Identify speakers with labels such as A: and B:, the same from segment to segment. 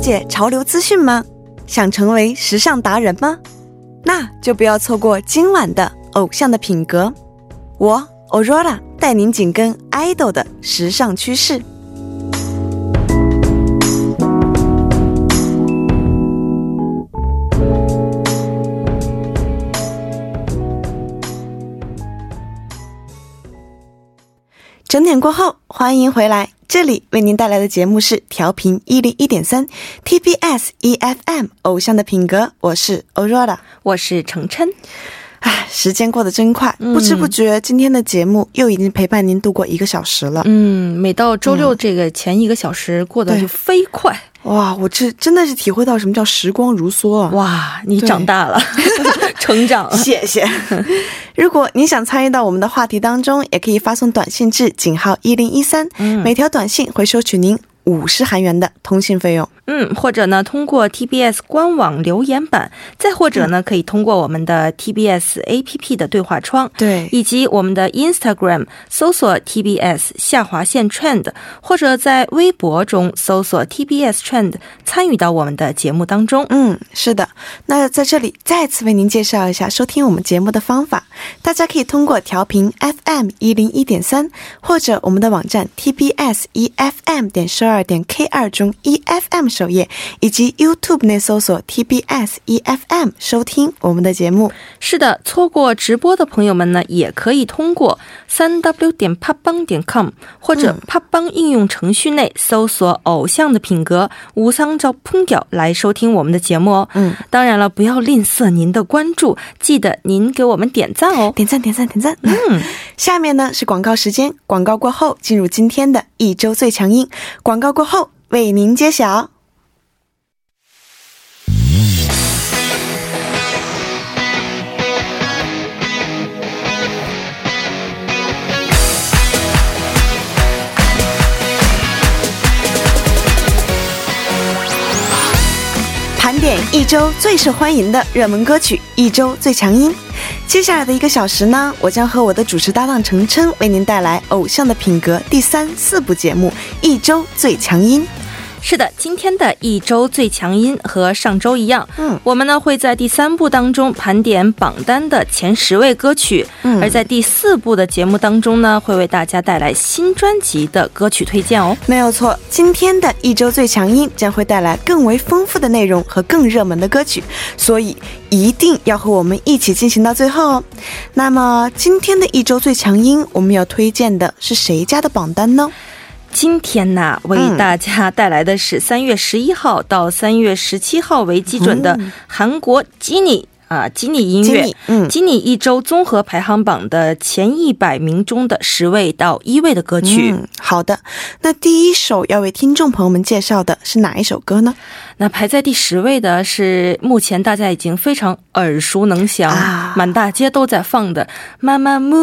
A: 解潮流资讯吗？想成为时尚达人吗？那就不要错过今晚的《偶像的品格》，我 Aurora 带您紧跟 idol 的时尚趋势。整点过后，欢迎回来。这里为您带来的节目是调频一零一点三 TBS EFM《偶 E 像的品格》，我是 Aurora。
B: 我是程琛，
A: 唉，时间过得真快，不知不觉今天的节目又已经陪伴您度过一个小时了。
B: 嗯，每到周六这个前一个小时过得
A: 对
B: 就飞快，
A: 哇，我这真的是体会到什么叫时光如梭啊！
B: 哇，你
A: 对
B: 长 大了，成长 了，
A: 谢谢。如果您想参与到我们的话题当中，也可以发送短信至井号一零一三，每条短信会收取您五十韩元的通信费用。
B: 嗯，或者呢，通过 TBS 官网留言板，再或者呢，可以通过我们的 TBS APP 的对话窗，
A: 对
B: 以及我们的 Instagram 搜索 TBS 下划线 Trend，或者在微博中搜索 TBS Trend，参与到我们的节目当中。
A: 嗯，是的。那在这里再次为您介绍一下收听我们节目的方法。大家可以通过调频 FM 一零一点三，或者我们的网站 TBS EFM E 点十二点 K 二中 EFM 首页，以及 YouTube 内搜索 TBS EFM E 收听我们的节目。
B: 是的，错过直播的朋友们呢，也可以通过三 w 点 p o p b a n 点 com 或
A: 嗯
B: 者 p o p b a n 应用程序内搜索“偶像的品格”无桑照烹调来收听我们的节目哦。
A: 嗯，
B: 当然了，不要吝啬您的关注，记得您给我们点赞哦。
A: 点赞点赞点赞！嗯， 下面呢是广告时间，广告过后进入今天的一周最强音，广告过后为您揭晓。盘点一周最受欢迎的热门歌曲，一周最强音。接下来的一个小时呢，我将和我的主持搭档程琛为您带来《偶像的品格》第三、四部节目《一周最强音》。
B: 是的，今天的一周最强音和上周一样，
A: 嗯
B: 我们呢会在第三部当中盘点榜单的前十位歌曲，
A: 嗯
B: 而在第四部的节目当中呢，会为大家带来新专辑的歌曲推荐哦。
A: 没有错，今天的一周最强音将会带来更为丰富的内容和更热门的歌曲，所以一定要和我们一起进行到最后哦。那么今天的一周最强音，我们要推荐的是谁家的榜单呢？
B: 今天呐，为
A: 嗯
B: 大家带来的是三月十一号到三月十七号为基准的韩国基尼啊基尼音
A: 经
B: 乐
A: 理，。嗯，
B: 基尼一周综合排行榜的前一百名中的十位到一位的歌曲，
A: 嗯，好的。那第一首要为听众朋友们介绍的是哪一首歌呢？
B: 那排在第十位的是目前大家已经非常耳熟能详，
A: 啊
B: 满大街都在放的《妈妈木》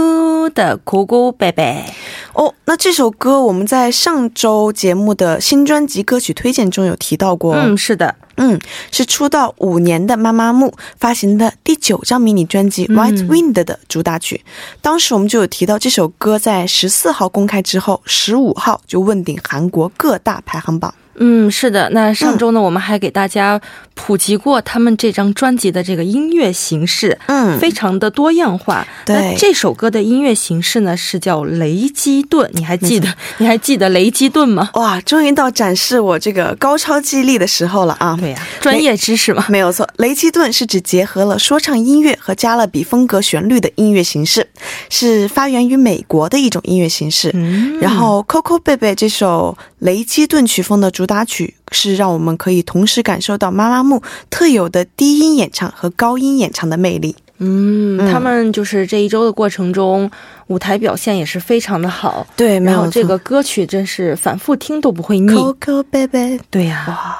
B: 的《姑姑贝贝》。
A: 哦，那这首歌我们在上周节目的新专辑歌曲推荐中有提到过，哦
B: 嗯，是的，
A: 嗯，是出道五年的妈妈木发行的第九张迷你专辑《White Wind》的主打曲。当时我们就有提到这首歌在十四号公开之后，十五号就问鼎韩国各大排行榜。
B: 嗯，是的。那上周呢，我们还给大家普及过他们这张专辑的这个音乐形式。
A: 嗯
B: 非常的多样化。
A: 对
B: 那这首歌的音乐形式呢是叫雷击顿，你还记得？你还记得雷击顿吗？
A: 哇，终于到展示我这个高超记忆力的时候了啊！
B: 对呀、专业知识嘛。
A: 没有错，雷奇顿是指结合了说唱音乐和加勒比风格旋律的音乐形式，是发源于美国的一种音乐形式。
B: 嗯
A: 然后《Coco 贝贝》这首雷基顿曲风的主打曲，是让我们可以同时感受到妈妈木特有的低音演唱和高音演唱的魅力。
B: 嗯，他们就是这一周的过程中，舞台表现也是非常的好。
A: 对，
B: 然后这个歌曲真是反复听都不会腻。
A: Coco 贝贝，
B: 对呀、
A: 哇，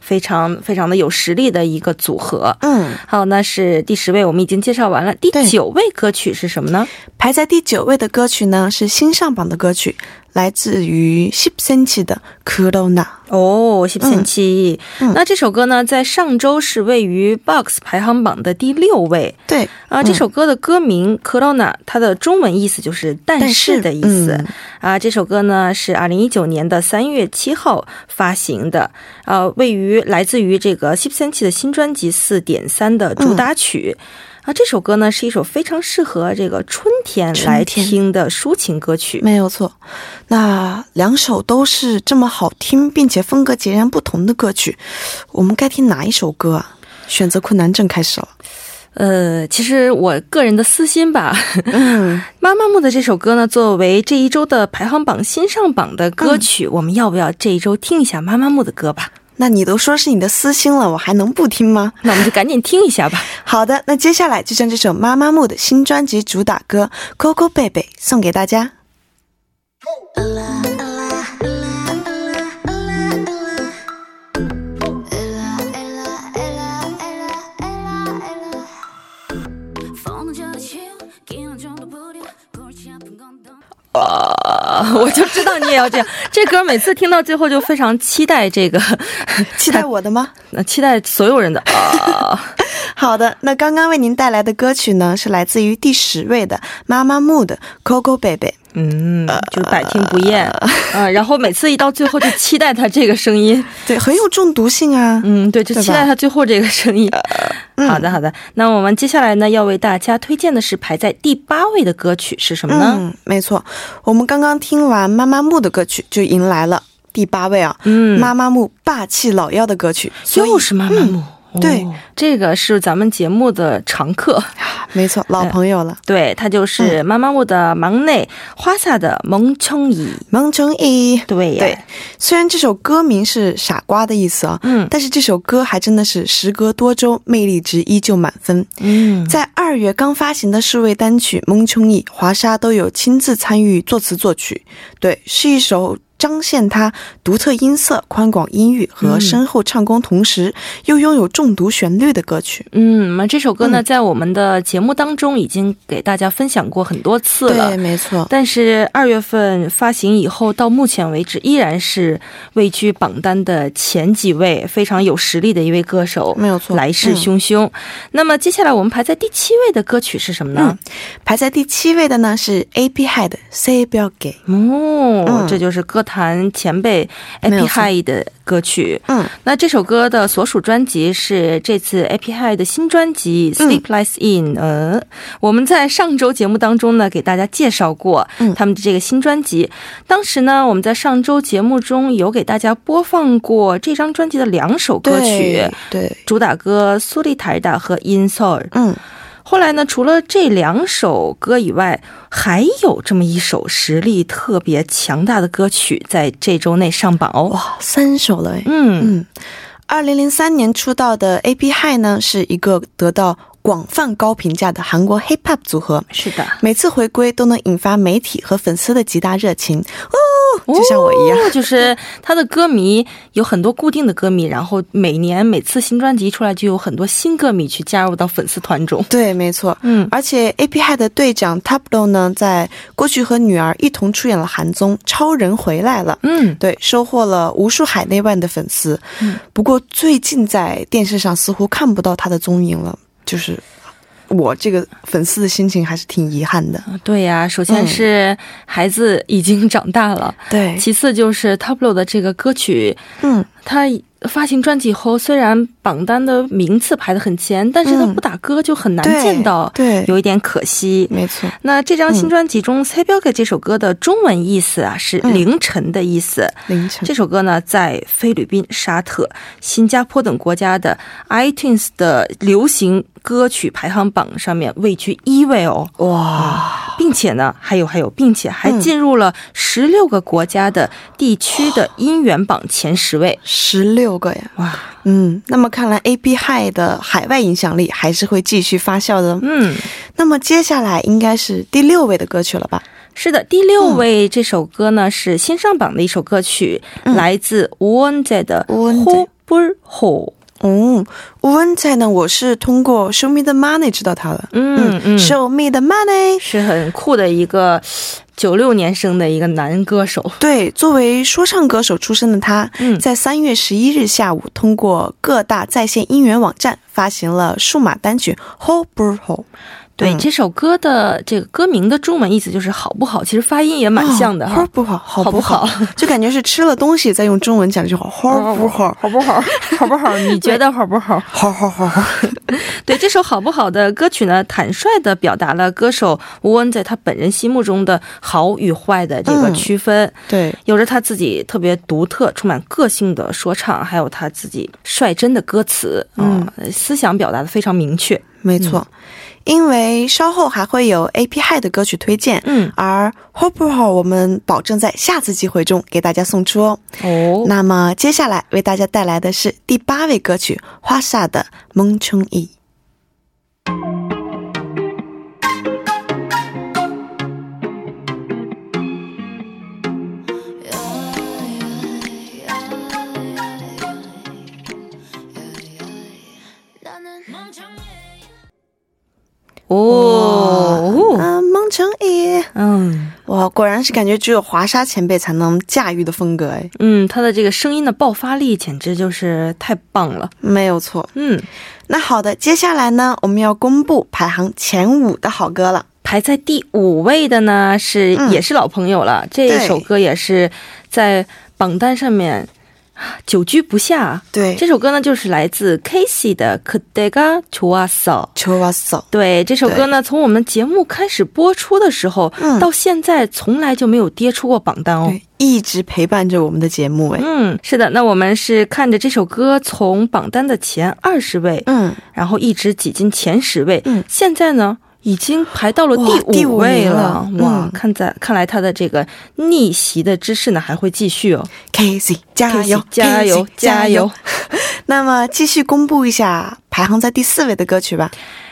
B: 非常非常的有实力的一个组合。
A: 嗯，
B: 好，那是第十位，我们已经介绍完了。第
A: 对
B: 九位歌曲是什么呢？
A: 排在第九位的歌曲呢是新上榜的歌曲，来自于 s h i p s e n c h i 的《Corona》。
B: 哦，西不七。嗯那这首歌呢，在上周是位于 Box 排行榜的第六位。
A: 对，
B: 啊，这首歌的歌名《Corona》，它的中文意思就是“但是”的意思。
A: 嗯
B: 啊，这首歌呢是二零一九年的三月七号发行的，呃，位于来自于这个 s i p s e n c h 的新专辑《四点三》的主打曲。啊，这首歌呢是一首非常适合这个春天来
A: 春天
B: 听的抒情歌曲。
A: 没有错。那两首都是这么好听，并且风格截然不同的歌曲，我们该听哪一首歌啊？选择困难症开始了。
B: 呃，其实我个人的私心吧，
A: 嗯，
B: 妈妈木的这首歌呢，作为这一周的排行榜新上榜的歌曲，我们要不要这一周听一下妈妈木的歌吧？
A: 那你都说是你的私心了，我还能不听吗？
B: 那我们就赶紧听一下吧。
A: 好的，那接下来就将这首妈妈木的新专辑主打歌《Coco 贝贝》送给大家。
C: 风就起，기운좀더 부려, 골치 아픈 건 더.
B: 啊，我就知道你也要这样。 这歌每次听到最后就非常期待这个，
A: 期待我的吗？
B: 呃期待所有人的啊。
A: 好的，那刚刚为您带来的歌曲呢，是来自于第十位的妈妈木的《Coco 贝贝》。
B: 嗯，就是百听不厌，嗯、然后每次一到最后就期待他这个声音，
A: 对，很有中毒性啊。
B: 嗯，对，就呃
A: 对吧
B: 期待他最后这个声音。
A: 嗯
B: 好的，好的。那我们接下来呢，要为大家推荐的是排在第八位的歌曲是什么呢？
A: 嗯，没错，我们刚刚听完妈妈木的歌曲，就迎来了第八位啊，
B: 嗯
A: 妈妈木霸气老妖的歌曲。所以
B: 又是妈妈木。哦
A: 对
B: 这个是咱们节目的常 客，
A: 没错，老朋友了，
B: 对，他就是妈妈木的忙内花洒的蒙冲怡，
A: 蒙成一。
B: 对呀，
A: 对，虽然这首歌名是“傻瓜”的意思啊，
B: 嗯
A: 但是这首歌还真的是时隔多周，魅力值依旧满分。
B: 嗯，
A: 在二月刚发行的数位单曲《蒙冲义》，华莎都有亲自参与作词作曲。对，是一首彰显她独特音色、宽广音域和深厚唱功，同时又拥有中毒旋律的歌曲。
B: 嗯，那这首歌呢，在我们的节目当中已经给大家分享过很多次了
A: 对，。没错。
B: 但是二月份发行以后，到目前为止依然是位居榜单的前几位，非常有实力的一位歌手，
A: 没有错嗯
B: 来势汹汹。那么接下来我们排在第七位的歌曲是什么呢？
A: 嗯排在第七位的呢是 A P Head Say 不要给。
B: 哦，
A: 嗯
B: 这就是歌坛前辈
A: 没有
B: AP
A: 错
B: High 的歌曲。
A: 嗯，
B: 那这首歌的所属专辑是这次 AP High 的新专辑《Sleep Lies In》。呃，我们在上周节目当中呢，给大家介绍过
A: 嗯
B: 他们的这个新专辑。当时呢，我们在上周节目中有给大家播放过这张专辑的两首歌曲。
A: 对，对
B: 主打歌《苏丽台达》和《In Soul》，
A: 嗯，
B: 后来呢，除了这两首歌以外，还有这么一首实力特别强大的歌曲在这周内上榜哦。
A: 哇，三首了哎。
B: 嗯
A: 嗯，二零零三年出道的 A P High 呢，是一个得到广泛高评价的韩国 Hip Hop 组合。
B: 是的，
A: 每次回归都能引发媒体和粉丝的极大热情，哦，就像我一样。
B: 哦就是他的歌迷有很多固定的歌迷，然后每年每次新专辑一出来，就有很多新歌迷去加入到粉丝团中。
A: 对，没错。
B: 嗯，
A: 而且 A P High 的队长 Tablo 呢，在过去和女儿一同出演了韩综《超人回来了》。
B: 嗯，
A: 对，收获了无数海内外的粉丝。
B: 嗯
A: 不过最近在电视上似乎看不到他的踪影了，就是我这个粉丝的心情还是挺遗憾的。
B: 嗯对呀、首
A: 嗯
B: 先是孩子已经长大了，
A: 对，
B: 其次就是 Tablo 的这个歌曲
A: 嗯，
B: 他发行专辑后，虽然榜单的名次排得很前，但是他不打歌就很难
A: 嗯对
B: 见到，
A: 对嗯
B: 有一点可惜。
A: 没错。
B: 那这张新专辑中，蔡彪给这首歌的中文意思啊是
A: 嗯
B: 凌晨的意思。
A: 凌晨
B: 这首歌呢，在菲律宾、沙特、新加坡等国家的 iTunes 的流行歌曲排行榜上面位居一位哦，
A: 哇，
B: 并且呢，还有还有，并且还
A: 嗯
B: 进入了十六个国家的地区的音源榜前十位。
A: 十六个呀！
B: 哇，
A: 嗯，那么看来 A B High 的海外影响力还是会继续发酵的。
B: 嗯。
A: 那么接下来应该是第六位的歌曲了吧？
B: 是的，第六
A: 嗯
B: 位这首歌呢、是新上榜的一首歌曲，来自吴恩在的《
A: 嗯吴恩在
B: Ho b u r Ho》。
A: 哦，吴文才呢，我是通过 Show Me the Money 知道他的。
B: 嗯嗯，
A: Show Me the Money。
B: 是很酷的一个九六年生的一个男歌手。
A: 对，作为说唱歌手出身的他，
B: 嗯
A: 在三月十一日下午，通过各大在线音源网站发行了数码单曲《Ho Bro Ho》。
B: 对、
A: 嗯
B: 这首歌的这个歌名的中文意思就是好不好，其实发音也蛮像的哈。
A: 齁不好，好
B: 哦好
A: 不
B: 不
A: 好？
B: 好
A: 就感觉是吃了东西再用中文讲就好，齁不好，
B: 好不 好？好不好？你觉得好不好？
A: 好好好好。
B: 对这首好不好的歌曲呢，坦率地表达了歌手吴恩在他本人心目中的好与坏的这个
A: 嗯
B: 区分，
A: 对，
B: 有着他自己特别独特、充满个性的说唱，还有他自己率真的歌词，
A: 嗯
B: 啊、思想表达的非常明确。
A: 没错。因为稍后还会有 AP High 的歌曲推荐，
B: 嗯，
A: 而 Ho b o Ho 我们保证在下次机会中给大家送出哦。
B: 哦
A: 那么接下来为大家带来的是第八位歌曲《花煞的蒙冲一》。
B: 哦，
A: 啊，蒙冲一，
B: 嗯
A: 哇，果然是感觉只有华沙前辈才能驾驭的风格哎，
B: 嗯，他的这个声音的爆发力简直就是太棒了。
A: 没有错。
B: 嗯，
A: 那好的，接下来呢，我们要公布排行前五的好歌了。
B: 排在第五位的呢是、
A: 嗯
B: 也是老朋友了，这
A: 对
B: 首歌也是在榜单上面啊久居不下。
A: 对
B: 这首歌呢就是来自 Casey 的《그대가좋았어》。
A: 求我走，
B: 对这首歌呢，从我们节目开始播出的时候、
A: 嗯
B: 到现在，从来就没有跌出过榜单哦。
A: 对，一直陪伴着我们的节目哎，
B: 嗯，是的，那我们是看着这首歌从榜单的前二十位，
A: 嗯，
B: 然后一直挤进前十位，
A: 嗯
B: 现在呢已经排到了
A: 哇第
B: 第
A: 五
B: 五位
A: 名
B: 了，
A: 了
B: 哇！
A: 嗯
B: 看在看来他的这个逆袭的之势呢还会继续哦，
A: k c 加油
B: Casey，加油
A: Casey，
B: 加油！
A: 那么继续公布一下排行在第四位的歌曲吧。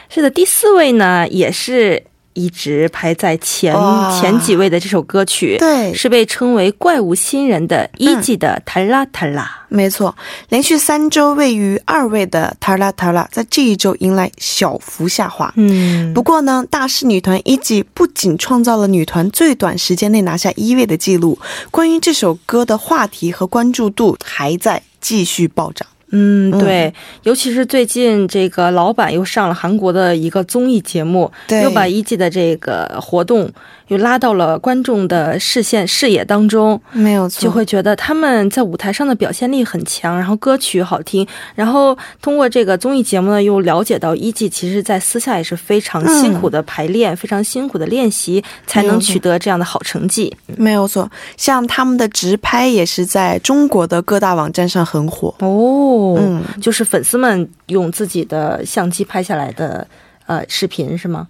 B: 是的，第四位呢也是一直排在前
A: 哇
B: 前几位的这首歌曲，
A: 对
B: 是被称为怪物新人的一
A: 嗯
B: 季的《塔拉塔拉
A: 没错，连续三周位于二位的 Tara Tara 在这一周迎来小幅下滑》。。
B: 嗯
A: 不过呢，大势女团一季不仅创造了女团最短时间内拿下一位的记录，关于这首歌的话题和关注度还在继续暴涨。
B: 嗯，对，尤其是最近这个老板又上了韩国的一个综艺节目，
A: 对
B: 又把一季的这个活动又拉到了观众的视线视野当中，
A: 没有
B: 就会觉得他们在舞台上的表现力很强，然后歌曲好听，然后通过这个综艺节目呢，又了解到一季其实在私下也是非常辛苦的排练，非常辛苦的练习，才
A: 没有
B: 能
A: 错
B: 取得这样的好成绩。
A: 没有错，像他们的直拍也是在中国的各大网站上很火。
B: 哦
A: 嗯，
B: 就是粉丝们用自己的相机拍下来的呃视频是吗？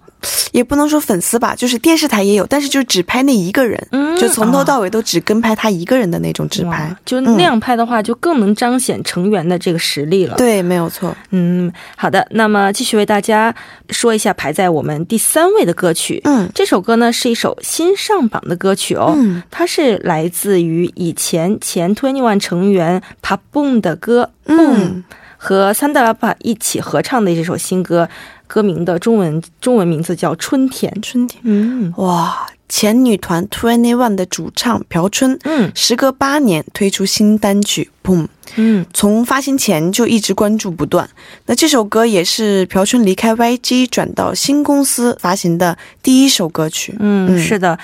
A: 也不能说粉丝吧，就是电视台也有，但是就只拍那一个人，
B: 嗯
A: 就从头到尾都只跟拍他一个人的那种直拍嗯
B: 哇。就那样拍的话，就更能彰显成员的这个实力了。，
A: 对，没有错。
B: 嗯，好的，那么继续为大家说一下排在我们第三位的歌曲。
A: 嗯
B: 这首歌呢是一首新上榜的歌曲哦，
A: 嗯
B: 它是来自于以前前 Twenty One 成员 p a b o o m 的歌《Boom、
A: 嗯
B: 和三大拉帕一起合唱的这首新歌，歌名的中文中文名字叫《春天》。
A: 春天，
B: 嗯
A: 哇，前女团 Twenty One 的主唱朴春，
B: 嗯
A: 时隔八年推出新单曲《Boom》，
B: 嗯，
A: 从发行前就一直关注不断。那这首歌也是朴春离开 YG 转到新公司发行的第一首歌曲。
B: 嗯，
A: 嗯
B: 是的，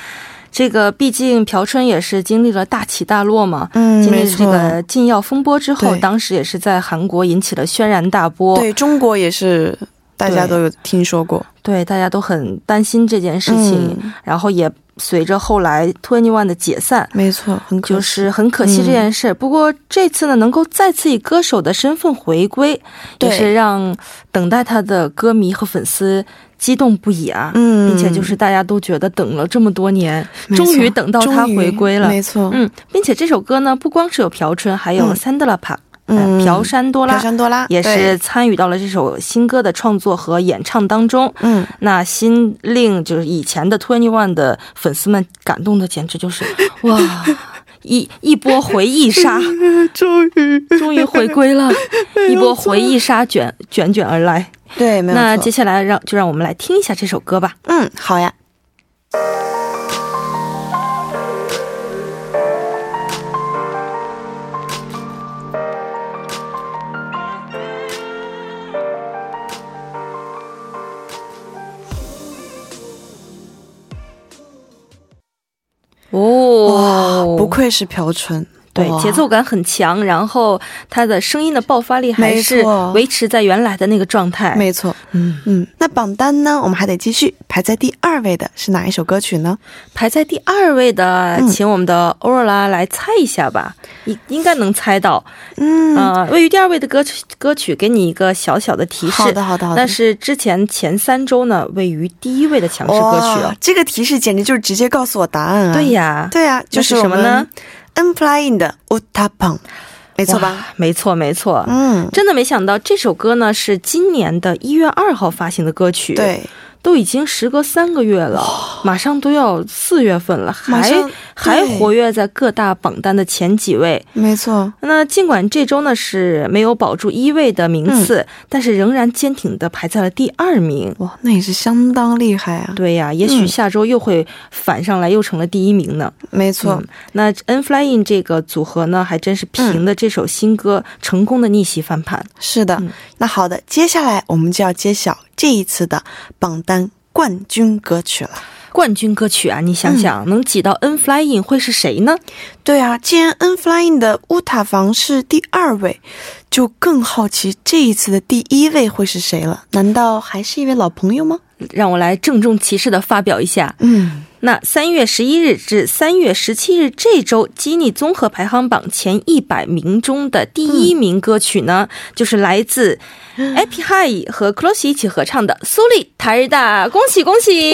B: 这个毕竟朴春也是经历了大起大落嘛。
A: 嗯
B: 经
A: 没
B: 历了这
A: 错。
B: 个禁药风波之后，
A: 对
B: 当时也是在韩国引起了轩然大波，
A: 对中国也是，大家
B: 对
A: 都有听说过。
B: 对大家都很担心这件事情，
A: 嗯
B: 然后也随着后来 Twenty One 的解散。
A: 没错，很可惜。嗯
B: 就是很可惜这件事，不过这次呢，能够再次以歌手的身份回归，
A: 对
B: 也是让等待他的歌迷和粉丝激动不已啊！
A: 嗯
B: 并且就是大家都觉得等了这么多年，
A: 没错
B: 终于等到他回归了
A: 终于。没错，
B: 嗯，并且这首歌呢，不光是有朴春，还有
A: 哦嗯
B: 三德拉帕、
A: 嗯
B: 呃朴山多
A: 拉
B: 拉，
A: 山多拉
B: 也是
A: 对
B: 参与到了这首新歌的创作和演唱当中。
A: 嗯，
B: 那新 令就是以前的 Twenty One 的粉丝们感动的简直就是哇，一一波回忆杀
A: 终于，
B: 终于回归了，一波回忆杀卷卷卷而来。
A: 对，没有
B: 那
A: 错
B: 接下来让就让我们来听一下这首歌吧。
A: 嗯，好呀。哇，
B: 哦
A: 不愧是朴纯，
B: 对，
A: 哇
B: 节奏感很强，然后它的声音的爆发力还
A: 没
B: 是
A: 错
B: 维持在原来的那个状态。
A: 没错，
B: 嗯，
A: 嗯，那榜单呢？我们还得继续，排在第二位的是哪一首歌曲呢？
B: 排在第二位的，
A: 嗯
B: 请我们的欧若拉来猜一下吧，应应该能猜到。
A: 嗯，
B: 呃，位于第二位的歌曲歌曲，给你一个小小的提示。
A: 好的，好的，好的。
B: 那是之前前三周呢位于第一位的强势歌曲
A: 哇
B: 哦。
A: 这个提示简直就是直接告诉我答案啊！
B: 对、呀，
A: 对呀、就
B: 那是
A: 我
B: 什么
A: 们
B: 呢？
A: ？N Flying 的 u t a p a n 没
B: 没
A: 错吧？？
B: 没错，没错。
A: 嗯，
B: 真的没想到这首歌呢是今年的一月二号发行的歌曲，，
A: 对，
B: 都已经时隔三个月了，马上都要四月份了，
A: 马
B: 还
A: 上
B: 还
A: 对
B: 活跃在各大榜单的前几位。
A: 没错，
B: 那尽管这周呢是没有保住一位的名次，但是仍然坚挺的排在了第二名。
A: 嗯哇，那也是相当厉害啊！
B: 对呀、也许
A: 嗯
B: 下周又会反上来，又成了第一名呢。
A: 没错、
B: 嗯那 N Flying 这个组合呢，还真是凭的这首新歌、成功的逆袭翻盘。
A: 是的、那好的，接下来我们就要揭晓这一次的榜单冠军歌曲了。
B: 冠军歌曲啊，你想
A: 嗯
B: 想、能挤到 N Flying 会是谁呢？
A: 对啊，既然 N Flying 的乌塔房是第二位，就更好奇这一次的第一位会是谁了？难道还是一位老朋友吗？
B: 让我来郑重其事的发表一下。
A: 嗯，
B: 那三月十一日至三月十七日这周基尼综合排行榜前一百名中的第一名歌曲呢，就是来自 a p i High 和 Close 一起合唱的《苏丽塔日达》，恭喜恭喜！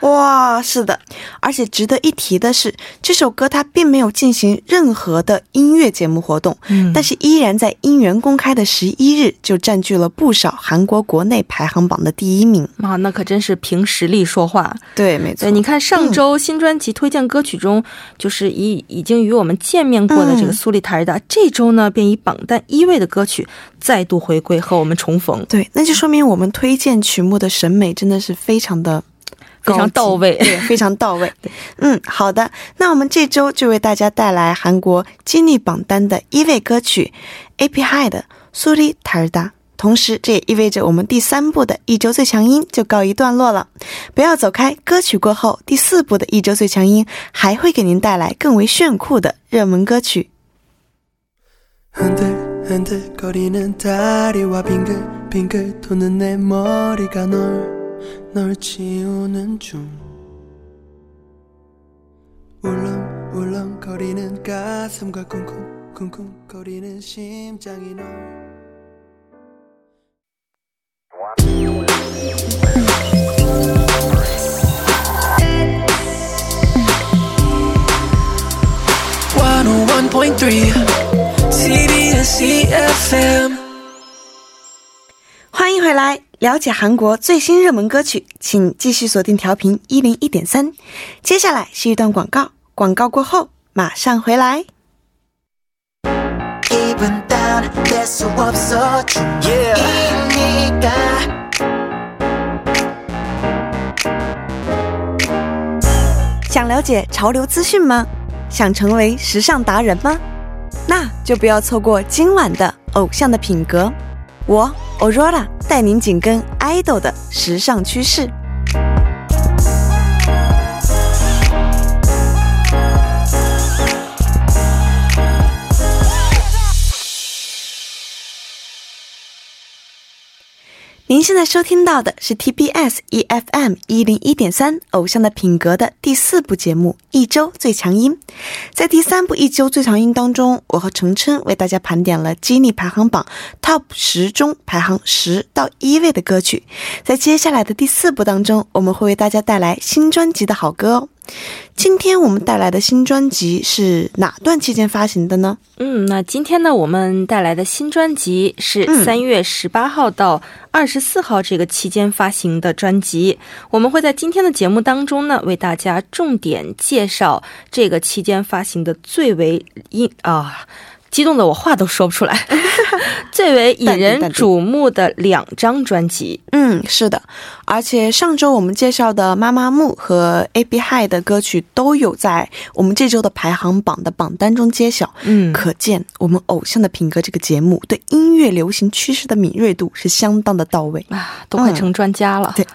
A: 哇，是的，而且值得一提的是，这首歌它并没有进行任何的音乐节目活动，
B: 嗯
A: 但是依然在音源公开的十一日就占据了不少韩国国内排行榜的第一名。
B: 啊，那可真是凭实力说话。
A: 对，没错
B: 对，，你看上周新专辑推荐歌曲中，就是已已经与我们见面过的这个苏丽塔尔达，这周呢便以榜单一位的歌曲再度回归和我们重逢，
A: 对，那就说明我们推荐曲目的审美真的是非常的
B: 非常到
A: 位。
B: 位。
A: 对，非常 到位。嗯，好的，那我们这周就为大家带来韩国金立榜单的一位歌曲 AP High 的《苏里塔尔达》。同时，这也意味着我们第三部的一周最强音就告一段落了。不要走开，歌曲过后，第四部的一周最强音还会给您带来更为炫酷的热门歌曲。
D: 흔들흔들거리는 다리와 빙글빙글 도는 내 머리가 널, 널 지우는 중 울렁울렁거리는 가슴과 쿵쿵 쿵쿵거리는 심장이 널
E: one oh one point three CBS
D: E
E: EFM
A: 欢迎回来，了解韩国最新热门歌曲，请继续锁定调频一零一点三。接下来是一段广告，广告过后马上回来。
F: 기분 다운 될 수 없어 중이니까 y
A: 想了解潮流资讯吗？想成为时尚达人吗？那就不要错过今晚的《偶像的品格》，我 Aurora 带您紧跟 idol 的时尚趋势。您现在收听到的是 TBS EFM E 一零一点三《偶像的品格》的第四部节目《一周最强音》。在第三部《一周最强音》当中，我和程琛为大家盘点了激励排行榜 Top 十中排行十到一位的歌曲。在接下来的第四部当中，我们会为大家带来新专辑的好歌哦。今天我们带来的新专辑是哪段期间发行的呢？
B: 嗯，那今天呢，我们带来的新专辑是
A: 嗯
B: 三月十八号到二十四号这个期间发行的专辑。我们会在今天的节目当中呢，为大家重点介绍这个期间发行的最为引啊。激动的我话都说不出 来，最为引人瞩目的两张专辑，
A: 嗯，是的，而且上周我们介绍的妈妈木和 A B High 的歌曲都有在我们这周的排行榜的榜单中揭晓。
B: 嗯
A: 可见我们《偶像的品格》这个节目对音乐流行趋势的敏锐度是相当的到位。
B: 啊，都快成专家了。
A: 对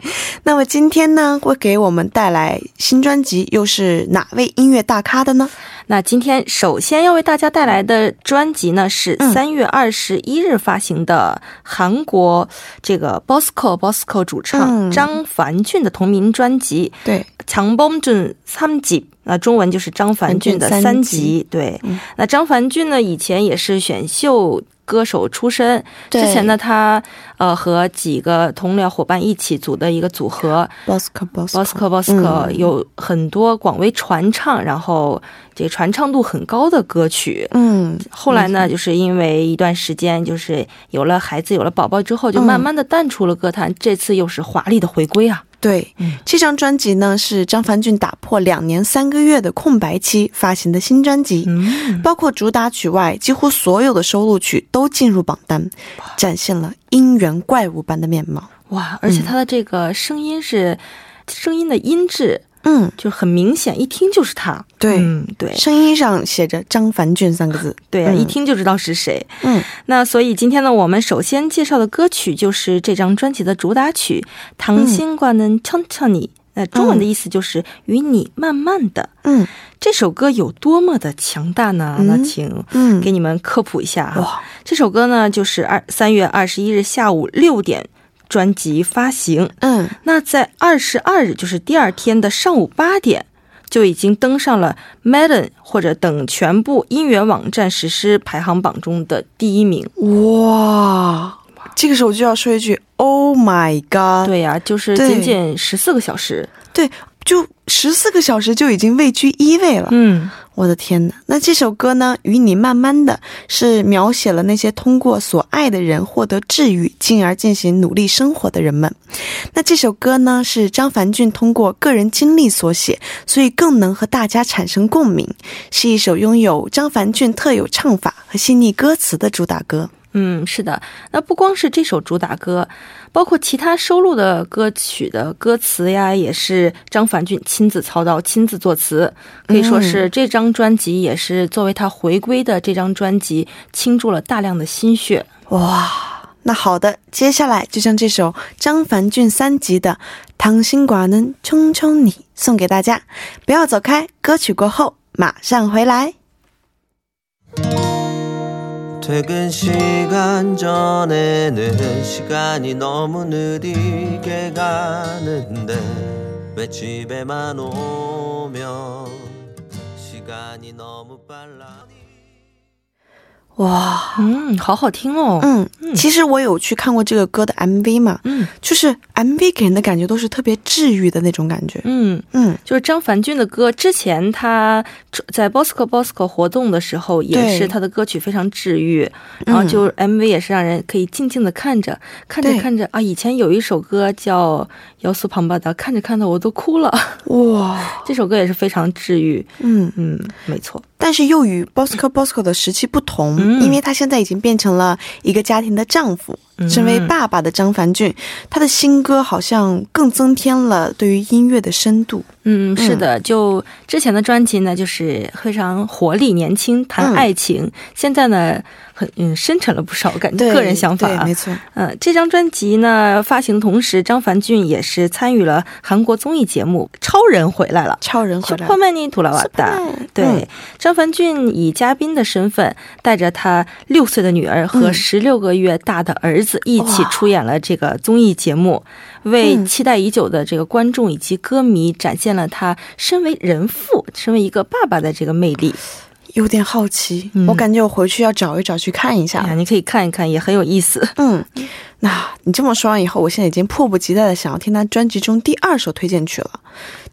A: 那么今天呢，会给我们带来新专辑又是哪位音乐大咖的呢？
B: 那今天首先要为大家带来的专辑呢，是
A: 嗯
B: 三月二十一日发行的韩国这个 Bosco Bosco 主唱
A: 嗯
B: 张凡俊的同名专辑
A: 对，
B: 《장범준삼집》。那中文就是张凡俊的
A: 凡俊
B: 三
A: 三
B: 集
A: 集，嗯
B: 对。那张凡俊呢，以前也是选秀歌手出身，之
A: 对
B: 前呢，他呃和几个同僚伙伴一起组的一个组合，
A: Bosco Bosco
B: Bosco Bosco
A: 嗯
B: 有很多广为传唱，然后这个传唱度很高的歌曲。
A: 嗯，
B: 后来呢，就是因为一段时间，就是有了孩子、有了宝宝之
A: 嗯
B: 后，就慢慢的淡出了歌坛。这次又是华丽的回归啊！
A: 对，这张专辑呢是张凡俊打破两年三个月的空白期发行的新专
B: 嗯
A: 辑，包括主打曲外，几乎所有的收录曲都进入榜单，展现了姻缘怪物般的面貌。
B: 哇，而且他的这个声音是、声音的音质
A: 嗯，
B: 就很明显，一听就是他。
A: 对
B: 嗯、对
A: 声音上写着张凡俊三个字。
B: 对啊，
A: 嗯
B: 一听就知道是谁。
A: 嗯，
B: 那所以今天呢，我们首先介绍的歌曲就是这张专辑的主打曲
A: 嗯
B: 《당신과는천천히》，那中文的意思就是与你慢慢的。
A: 嗯
B: 这首歌有多么的强大呢？
A: 嗯
B: 那请
A: 嗯
B: 给你们科普一下哈、
A: 哇
B: 这首歌呢，就是二三月二十一日下午六点专辑发行。
A: 嗯，
B: 那在二十二日，就是第二天的上午八点，就已经登上了 Melon 或者等全部音源网站实施排行榜中的第一名。
A: 嗯哇，这个时候就要说一句，Oh my God！
B: 对呀、就是
A: 对
B: 仅仅十四个小时。
A: 对，就十四个小时就已经位居一位了。
B: 嗯，
A: 我的天呐，那这首歌呢，《与你慢慢的》是描写了那些通过所爱的人获得治愈，进而进行努力生活的人们。那这首歌呢，是张凡俊通过个人经历所写，所以更能和大家产生共鸣，是一首拥有张凡俊特有唱法和细腻歌词的主打歌。
B: 嗯，是的。那不光是这首主打歌，包括其他收录的歌曲的歌词呀，也是张凡俊亲自操刀、亲自作词，可以说
A: 嗯
B: 是这张专辑也是作为他回归的这张专辑倾注了大量的心血。
A: 哇，那好的，接下来就将这首张凡俊三级的《당신과는冲冲你》送给大家，不要走开，歌曲过后马上回来。
D: 퇴근 시간 전에는 시간이 너무 느리게 가는데 왜 집에만 오면 시간이 너무 빨라
A: 哇，
B: 嗯，好好听哦。
A: 嗯，其实我有去看过这个歌的 MV 嘛，
B: 嗯
A: 就是 MV 给人的感觉都是特别治愈的那种感觉。
B: 嗯，
A: 嗯，
B: 就是张凡俊的歌，之前他在 Bosco Bosco 活动的时候，也
A: 对
B: 是他的歌曲非常治愈，
A: 嗯
B: 然后就 MV 也是让人可以静静的看着，看着
A: 对
B: 看着啊，以前有一首歌叫《摇素旁巴达》，看着看着我都哭了，
A: 哇，
B: 这首歌也是非常治愈。
A: 嗯，
B: 嗯，没错，
A: 但是又与 Bosco Bosco 的时期不同，
B: 嗯
A: 因为他现在已经变成了一个家庭的丈夫，
B: 嗯
A: 身为爸爸的张凡俊，他的新歌好像更增添了对于音乐的深度。
B: 嗯，是的，就之前的专辑呢，就是非常活力、年轻，谈
A: 嗯
B: 爱情，现在呢，很嗯深沉了不少，感觉
A: 对，
B: 个人想法、
A: 对
B: 啊，
A: 没错。
B: 嗯，这张专辑呢发行的同时，张凡俊也是参与了韩国综艺节目《超人回来了》。
A: 超人回来了，
B: Superman 图拉瓦达，对、
A: 嗯
B: 张凡俊以嘉宾的身份，带着他六岁的女儿和
A: 嗯
B: 十六个月大的儿子一起出演了这个综艺节目，为
A: 嗯
B: 期待已久的这个观众以及歌迷展现了他身为人父、身为一个爸爸的这个魅力。
A: 有点好奇，
B: 嗯
A: 我感觉我回去要找一找去看一下
B: 哎呀，。你可以看一看，也很有意思。
A: 嗯，那你这么说完以后，我现在已经迫不及待的想要听他专辑中第二首推荐曲了。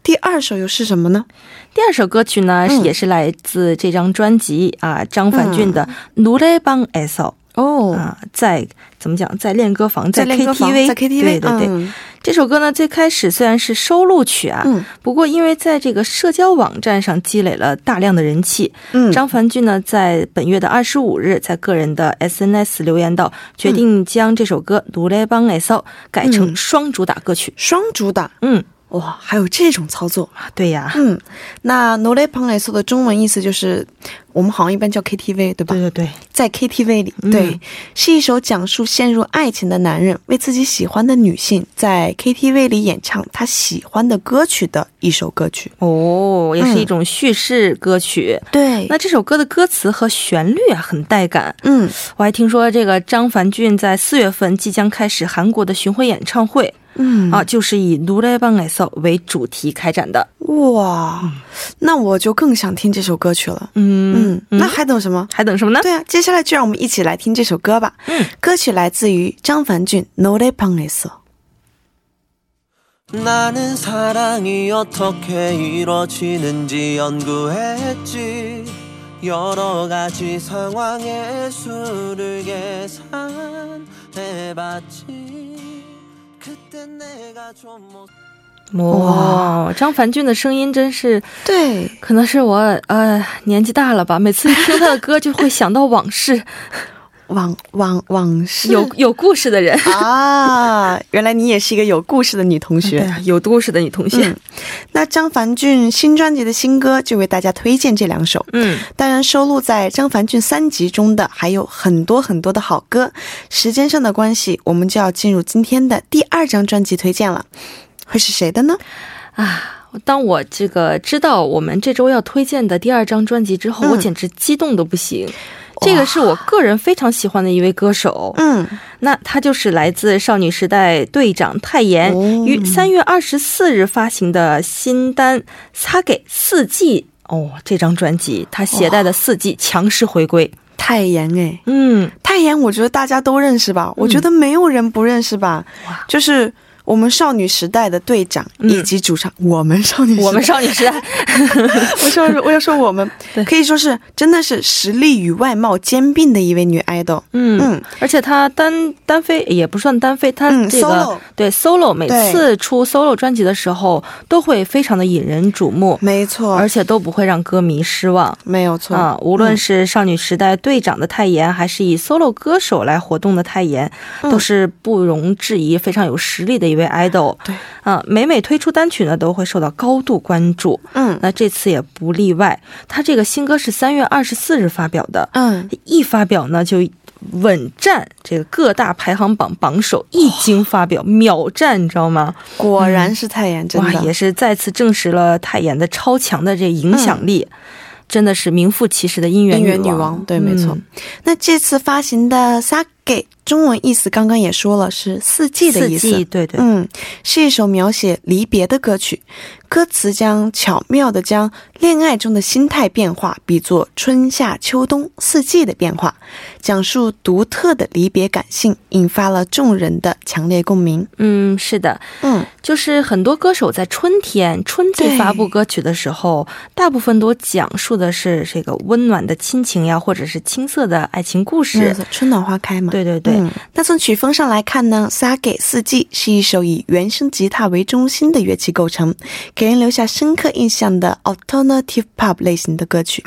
A: 第二首又是什么呢？
B: 第二首歌曲呢，是
A: 嗯
B: 也是来自这张专辑啊，张凡俊的《노래방에서》。
A: 哦，
B: 啊，在怎么讲，在练歌房，
A: 在练歌房
B: KTV，
A: 在 KTV，
B: 对对对、
A: 嗯
B: 这首歌呢，最开始虽然是收录曲啊、
A: 嗯
B: 不过因为在这个社交网站上积累了大量的人气，
A: 嗯
B: 张凡俊呢，在本月的二十五日，在个人的 SNS 留言道，决定将这首歌《奴来帮爱骚》改成
A: 嗯
B: 双主打歌曲。
A: 双主打，
B: 嗯，
A: 哇，还有这种操作。
B: 对呀，
A: 嗯，那 “no l a p a n g 的中文意思就是，我们好像一般叫 KTV，对吧？嗯
B: 对对对，
A: 在 KTV 里，对、是一首讲述陷入爱情的男人为自己喜欢的女性在 KTV 里演唱他喜欢的歌曲的一首歌曲。
B: 哦，也
A: 嗯
B: 是一种叙事歌曲。
A: 对
B: 那这首歌的歌词和旋律啊很带感，
A: 嗯
B: 我还听说这个张凡俊在四月份即将开始韩国的巡回演唱会、
A: 嗯
B: 啊，就是以《奴来帮爱骚》为主题开展的。
A: 哇，那我就更想听这首歌曲了。
B: 嗯，
A: 嗯，那还等什么？
B: 还等什么呢？
A: 对啊，接下来就让我们一起来听这首歌吧。嗯，歌曲来自于张凡俊《No Day p a n g e s
D: 나는 사랑이 어떻게 이루어지는지 연구했지 여러 가지 상황의 수를 계산해봤지 그땐 내가 좀못
B: 哇，张凡俊的声音真是，
A: 对，
B: 可能是我呃年纪大了吧，每次听他的歌就会想到往 事，
A: 往往往事
B: 有有故事的人。
A: 啊，原来你也是一个有故事的女同学。
B: 对啊，有故事的女同学
A: 嗯。那张凡俊新专辑的新歌就为大家推荐这两首。
B: 嗯，
A: 当然，收录在张凡俊三辑中的还有很多很多的好歌。时间上的关系，我们就要进入今天的第二张专辑推荐了，会是谁的呢？
B: 当我这个知道我们这周要推荐的第二张专辑之后，
A: 嗯
B: 我简直激动的不行。这个是我个人非常喜欢的一位歌手，
A: 嗯，
B: 那他就是来自少女时代队长泰妍
A: 哦
B: 于三月二十四日发行的新单《擦给四季》哦，这张专辑他携带的四季强势回归。
A: 泰妍哎，
B: 嗯，
A: 泰妍，我觉得大家都认识吧，我觉得没有人不认识吧，就是。我们少女时代的队长以及主唱，嗯我们少女时代，
B: 我 们少女时代，
A: 我说我要说我们
B: 对
A: 可以说是真的是实力与外貌兼并的一位女 idol。
B: 嗯
A: 嗯
B: 而且他单单飞也不算单飞，他
A: 嗯
B: 这个、
A: ，solo
B: 对 solo 每
A: 对
B: 次出 solo 专辑的时候都会非常的引人瞩目，
A: 没错，
B: 而且都不会让歌迷失望。
A: 没有错
B: 啊，无论是少女时代队长的泰妍，还是以 solo 歌手来活动的泰妍，
A: 嗯
B: 都是不容置疑、非常有实力的一位 idol。
A: 对，
B: 啊，每每推出单曲呢，都会受到高度关注。
A: 嗯
B: 那这次也不例外，他这个新歌是三月二十四日发表的，
A: 嗯，
B: 一发表呢就稳占这个各大排行榜榜首，一经发表秒占，你知道吗？
A: 果然是泰妍，真
B: 哇，也
A: 的。
B: 是再次证实了泰妍的超强的这影响力，真的是名副其实的音乐
A: 嗯音
B: 女
A: 乐
B: 王。
A: 女王，对，没错
B: 嗯。
A: 那这次发行的《Sake》中文意思刚刚也说了，是四季的意
B: 四季
A: 思。
B: 对对，
A: 嗯，是一首描写离别的歌曲，歌词将巧妙地将恋爱中的心态变化比作春夏秋冬四季的变化，讲述独特的离别感性，引发了众人的强烈共鸣。
B: 嗯，是的，
A: 嗯，
B: 就是很多歌手在春天、春季
A: 对
B: 发布歌曲的时候，大部分都讲述的是这个温暖的亲情呀，或者是青涩的爱情故
A: 没
B: 事。
A: 错春暖花开嘛。
B: 对对对，
A: 嗯，那从曲风上来看呢，《撒给四季》是一首以原声吉他为中心的乐器构成，给人留下深刻印象的 alternative pop 类型的歌曲。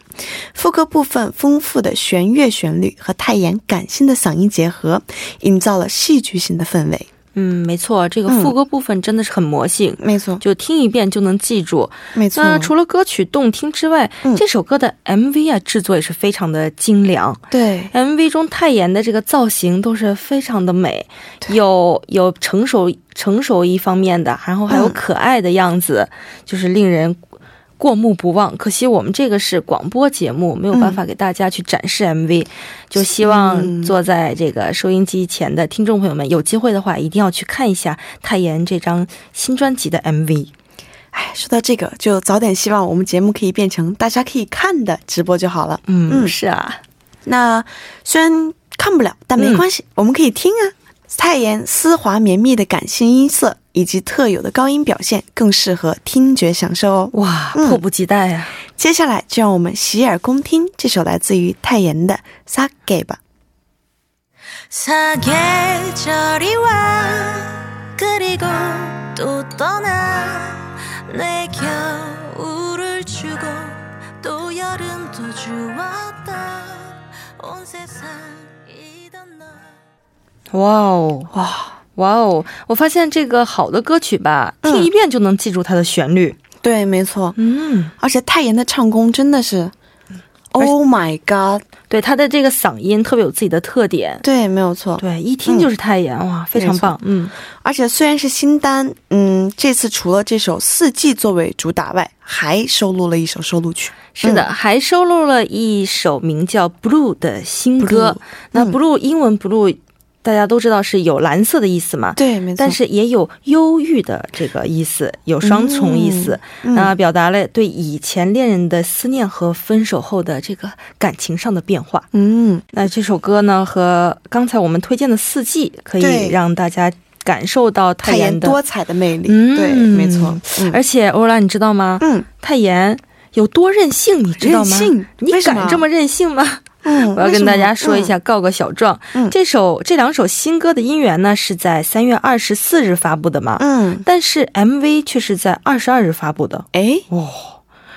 A: 副歌部分丰富的弦乐旋律和泰妍感性的嗓音结合，营造了戏剧性的氛围。
B: 嗯，没错，这个副歌部分真的是很魔性，
A: 没错，
B: 就听一遍就能记住。
A: 没错。嗯
B: 那除了歌曲动听之外，这首歌的 MV 啊制作也是非常的精良。
A: 对
B: MV 中泰妍的这个造型都是非常的美，有有成熟成熟一方面的，然后还有
A: 嗯
B: 可爱的样子，就是令人过目不忘。可惜我们这个是广播节目，没有办
A: 嗯
B: 法给大家去展示 MV，、就希望坐在这个收音机前的听众朋友们，有机会的话一定要去看一下泰妍这张新专辑的 MV。
A: 哎，说到这个，就早点希望我们节目可以变成大家可以看的直播就好了。
B: 嗯，
A: 嗯
B: 是啊，
A: 那虽然看不了，但没关系，我们可以听啊。泰妍丝滑绵密的感性音色以及特有的高音表现，更适合听觉享受哦。
B: 哇，
A: 嗯
B: 迫不及待啊呀、
A: 接下来就让我们洗耳恭听这首来自于泰妍的《Sake》吧。
C: 사계절이 와 그리고 또 떠나 내 겨울을 주고 또 여름도 주었다 온 세상이던 너
B: 哇哦，哇嗯哇哦！我发现这个好的歌曲吧，听一遍就能记住它的旋律。
A: 对，没错，
B: 嗯，
A: 而且泰妍的唱功真的是，Oh my God！
B: 对，他的这个嗓音特别有自己的特点。嗯
A: 对，没有错。
B: 对，一听就是泰妍，哇，非常棒。嗯，
A: 而且虽然是新单，嗯，这次除了这首《四季》作为主打外，还收录了一首收录曲。
B: 是的，还收录了一首名叫《Blue》的新歌。那 Blue 嗯英文 Blue，大家都知道是有蓝色的意思嘛？
A: 对，没错。
B: 但是也有忧郁的这个意思，有双重意思。
A: 嗯
B: 那、表达了对以前恋人的思念和分手后的这个感情上的变化。
A: 嗯，
B: 那这首歌呢，和刚才我们推荐的《四季》可
A: 对
B: 以让大家感受到
A: 泰
B: 泰
A: 妍
B: 妍的，
A: 多彩的魅力，
B: 嗯
A: 对，没错。嗯
B: 而且欧拉，你知道吗？
A: 嗯，
B: 泰妍有多任性，你知道吗？
A: 任性
B: 你
A: 为什么
B: 敢这么任性吗？
A: 嗯，
B: 我要
A: 为什
B: 跟
A: 么
B: 大家说一下，，告个小状。
A: 嗯
B: 这首这两首新歌的音源呢，是在三月二十四日发布的嘛？
A: 嗯，嗯
B: 但是 MV 却是在二十二日发布的，
A: 哎，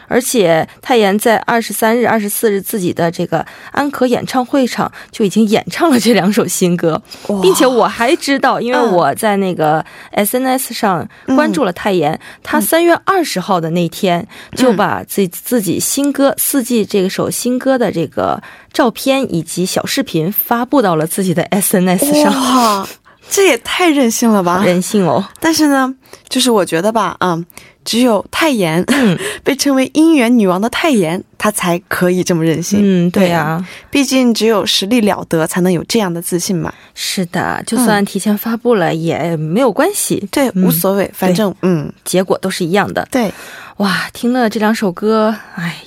B: 而且泰妍在二十三日、二十四日自己的这个安可演唱会上就已经演唱了这两首新歌，
A: 哇
B: 并且我还知道，因为我在那个 SNS 上关注了泰妍，她三月二十号的那天就把自己自己新歌《四季》这首新歌的这个照片以及小视频发布到了自己的 SNS 上，
A: 哇，这也太任性了吧！
B: 人性哦，
A: 但是呢，就是我觉得吧，啊、只有泰妍、
B: 嗯
A: 被称为姻缘女王的泰妍，她才可以这么任性。
B: 嗯，对呀、
A: 毕竟只有实力了得，才能有这样的自信嘛。
B: 是的，就算提前发布了也没有关系，
A: 对，
B: 嗯
A: 无所谓，反正嗯，
B: 结果都是一样的。
A: 对，
B: 哇，听了这两首歌，哎，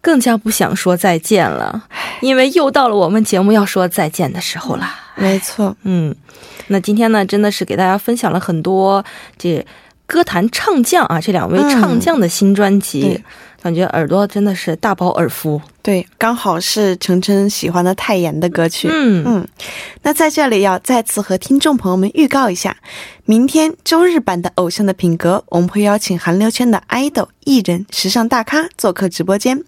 B: 更加不想说再见了，因为又到了我们节目要说再见的时候啦。
A: 没错，
B: 嗯，那今天呢，真的是给大家分享了很多这歌坛唱将啊，这两位
A: 嗯
B: 唱将的新专辑，
A: 对
B: 感觉耳朵真的是大饱耳福。
A: 对，刚好是晨晨喜欢的泰妍的歌曲。
B: 嗯
A: 嗯，那在这里要再次和听众朋友们预告一下，明天周日版的《偶像的品格》，我们会邀请韩流圈的 idol、艺人、时尚大咖做客直播间，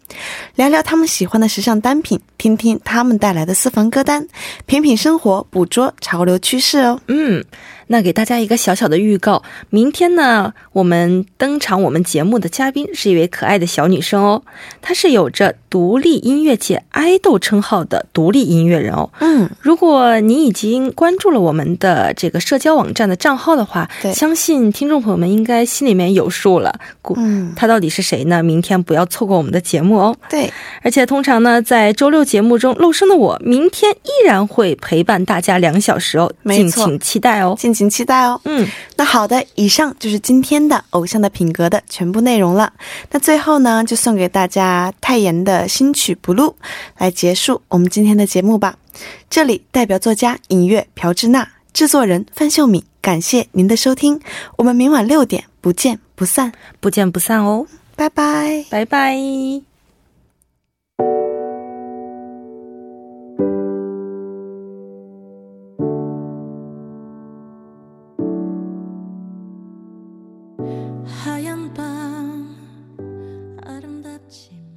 A: 聊聊他们喜欢的时尚单品，听听他们带来的私房歌单，品品生活，捕捉潮流趋势哦。
B: 嗯，那给大家一个小小的预告，明天呢，我们登场我们节目的嘉宾是一位可爱的小女生哦，她是有着独立音乐界爱豆称号的独立音乐人哦。
A: 嗯，
B: 如果您已经关注了我们的这个社交网站的账号的话
A: 对，
B: 相信听众朋友们应该心里面有数了。
A: 嗯
B: 嗯，她到底是谁呢？明天不要错过我们的节目哦。
A: 对，
B: 而且通常呢，在周六节目中露声的我，明天依然会陪伴大家两小时哦，
A: 没
B: 敬
A: 错
B: 请期待哦。
A: 敬请期待哦。
B: 嗯，
A: 那好的，以上就是今天的《偶像的品格》的全部内容了。那最后呢，就送给大家泰妍的新曲《Blue》来结束我们今天的节目吧。这里代表作家、尹月、朴智娜，制作人范秀敏，感谢您的收听。我们明晚六点不见不散，
B: 不见不散哦，
A: 拜拜。
B: 拜拜。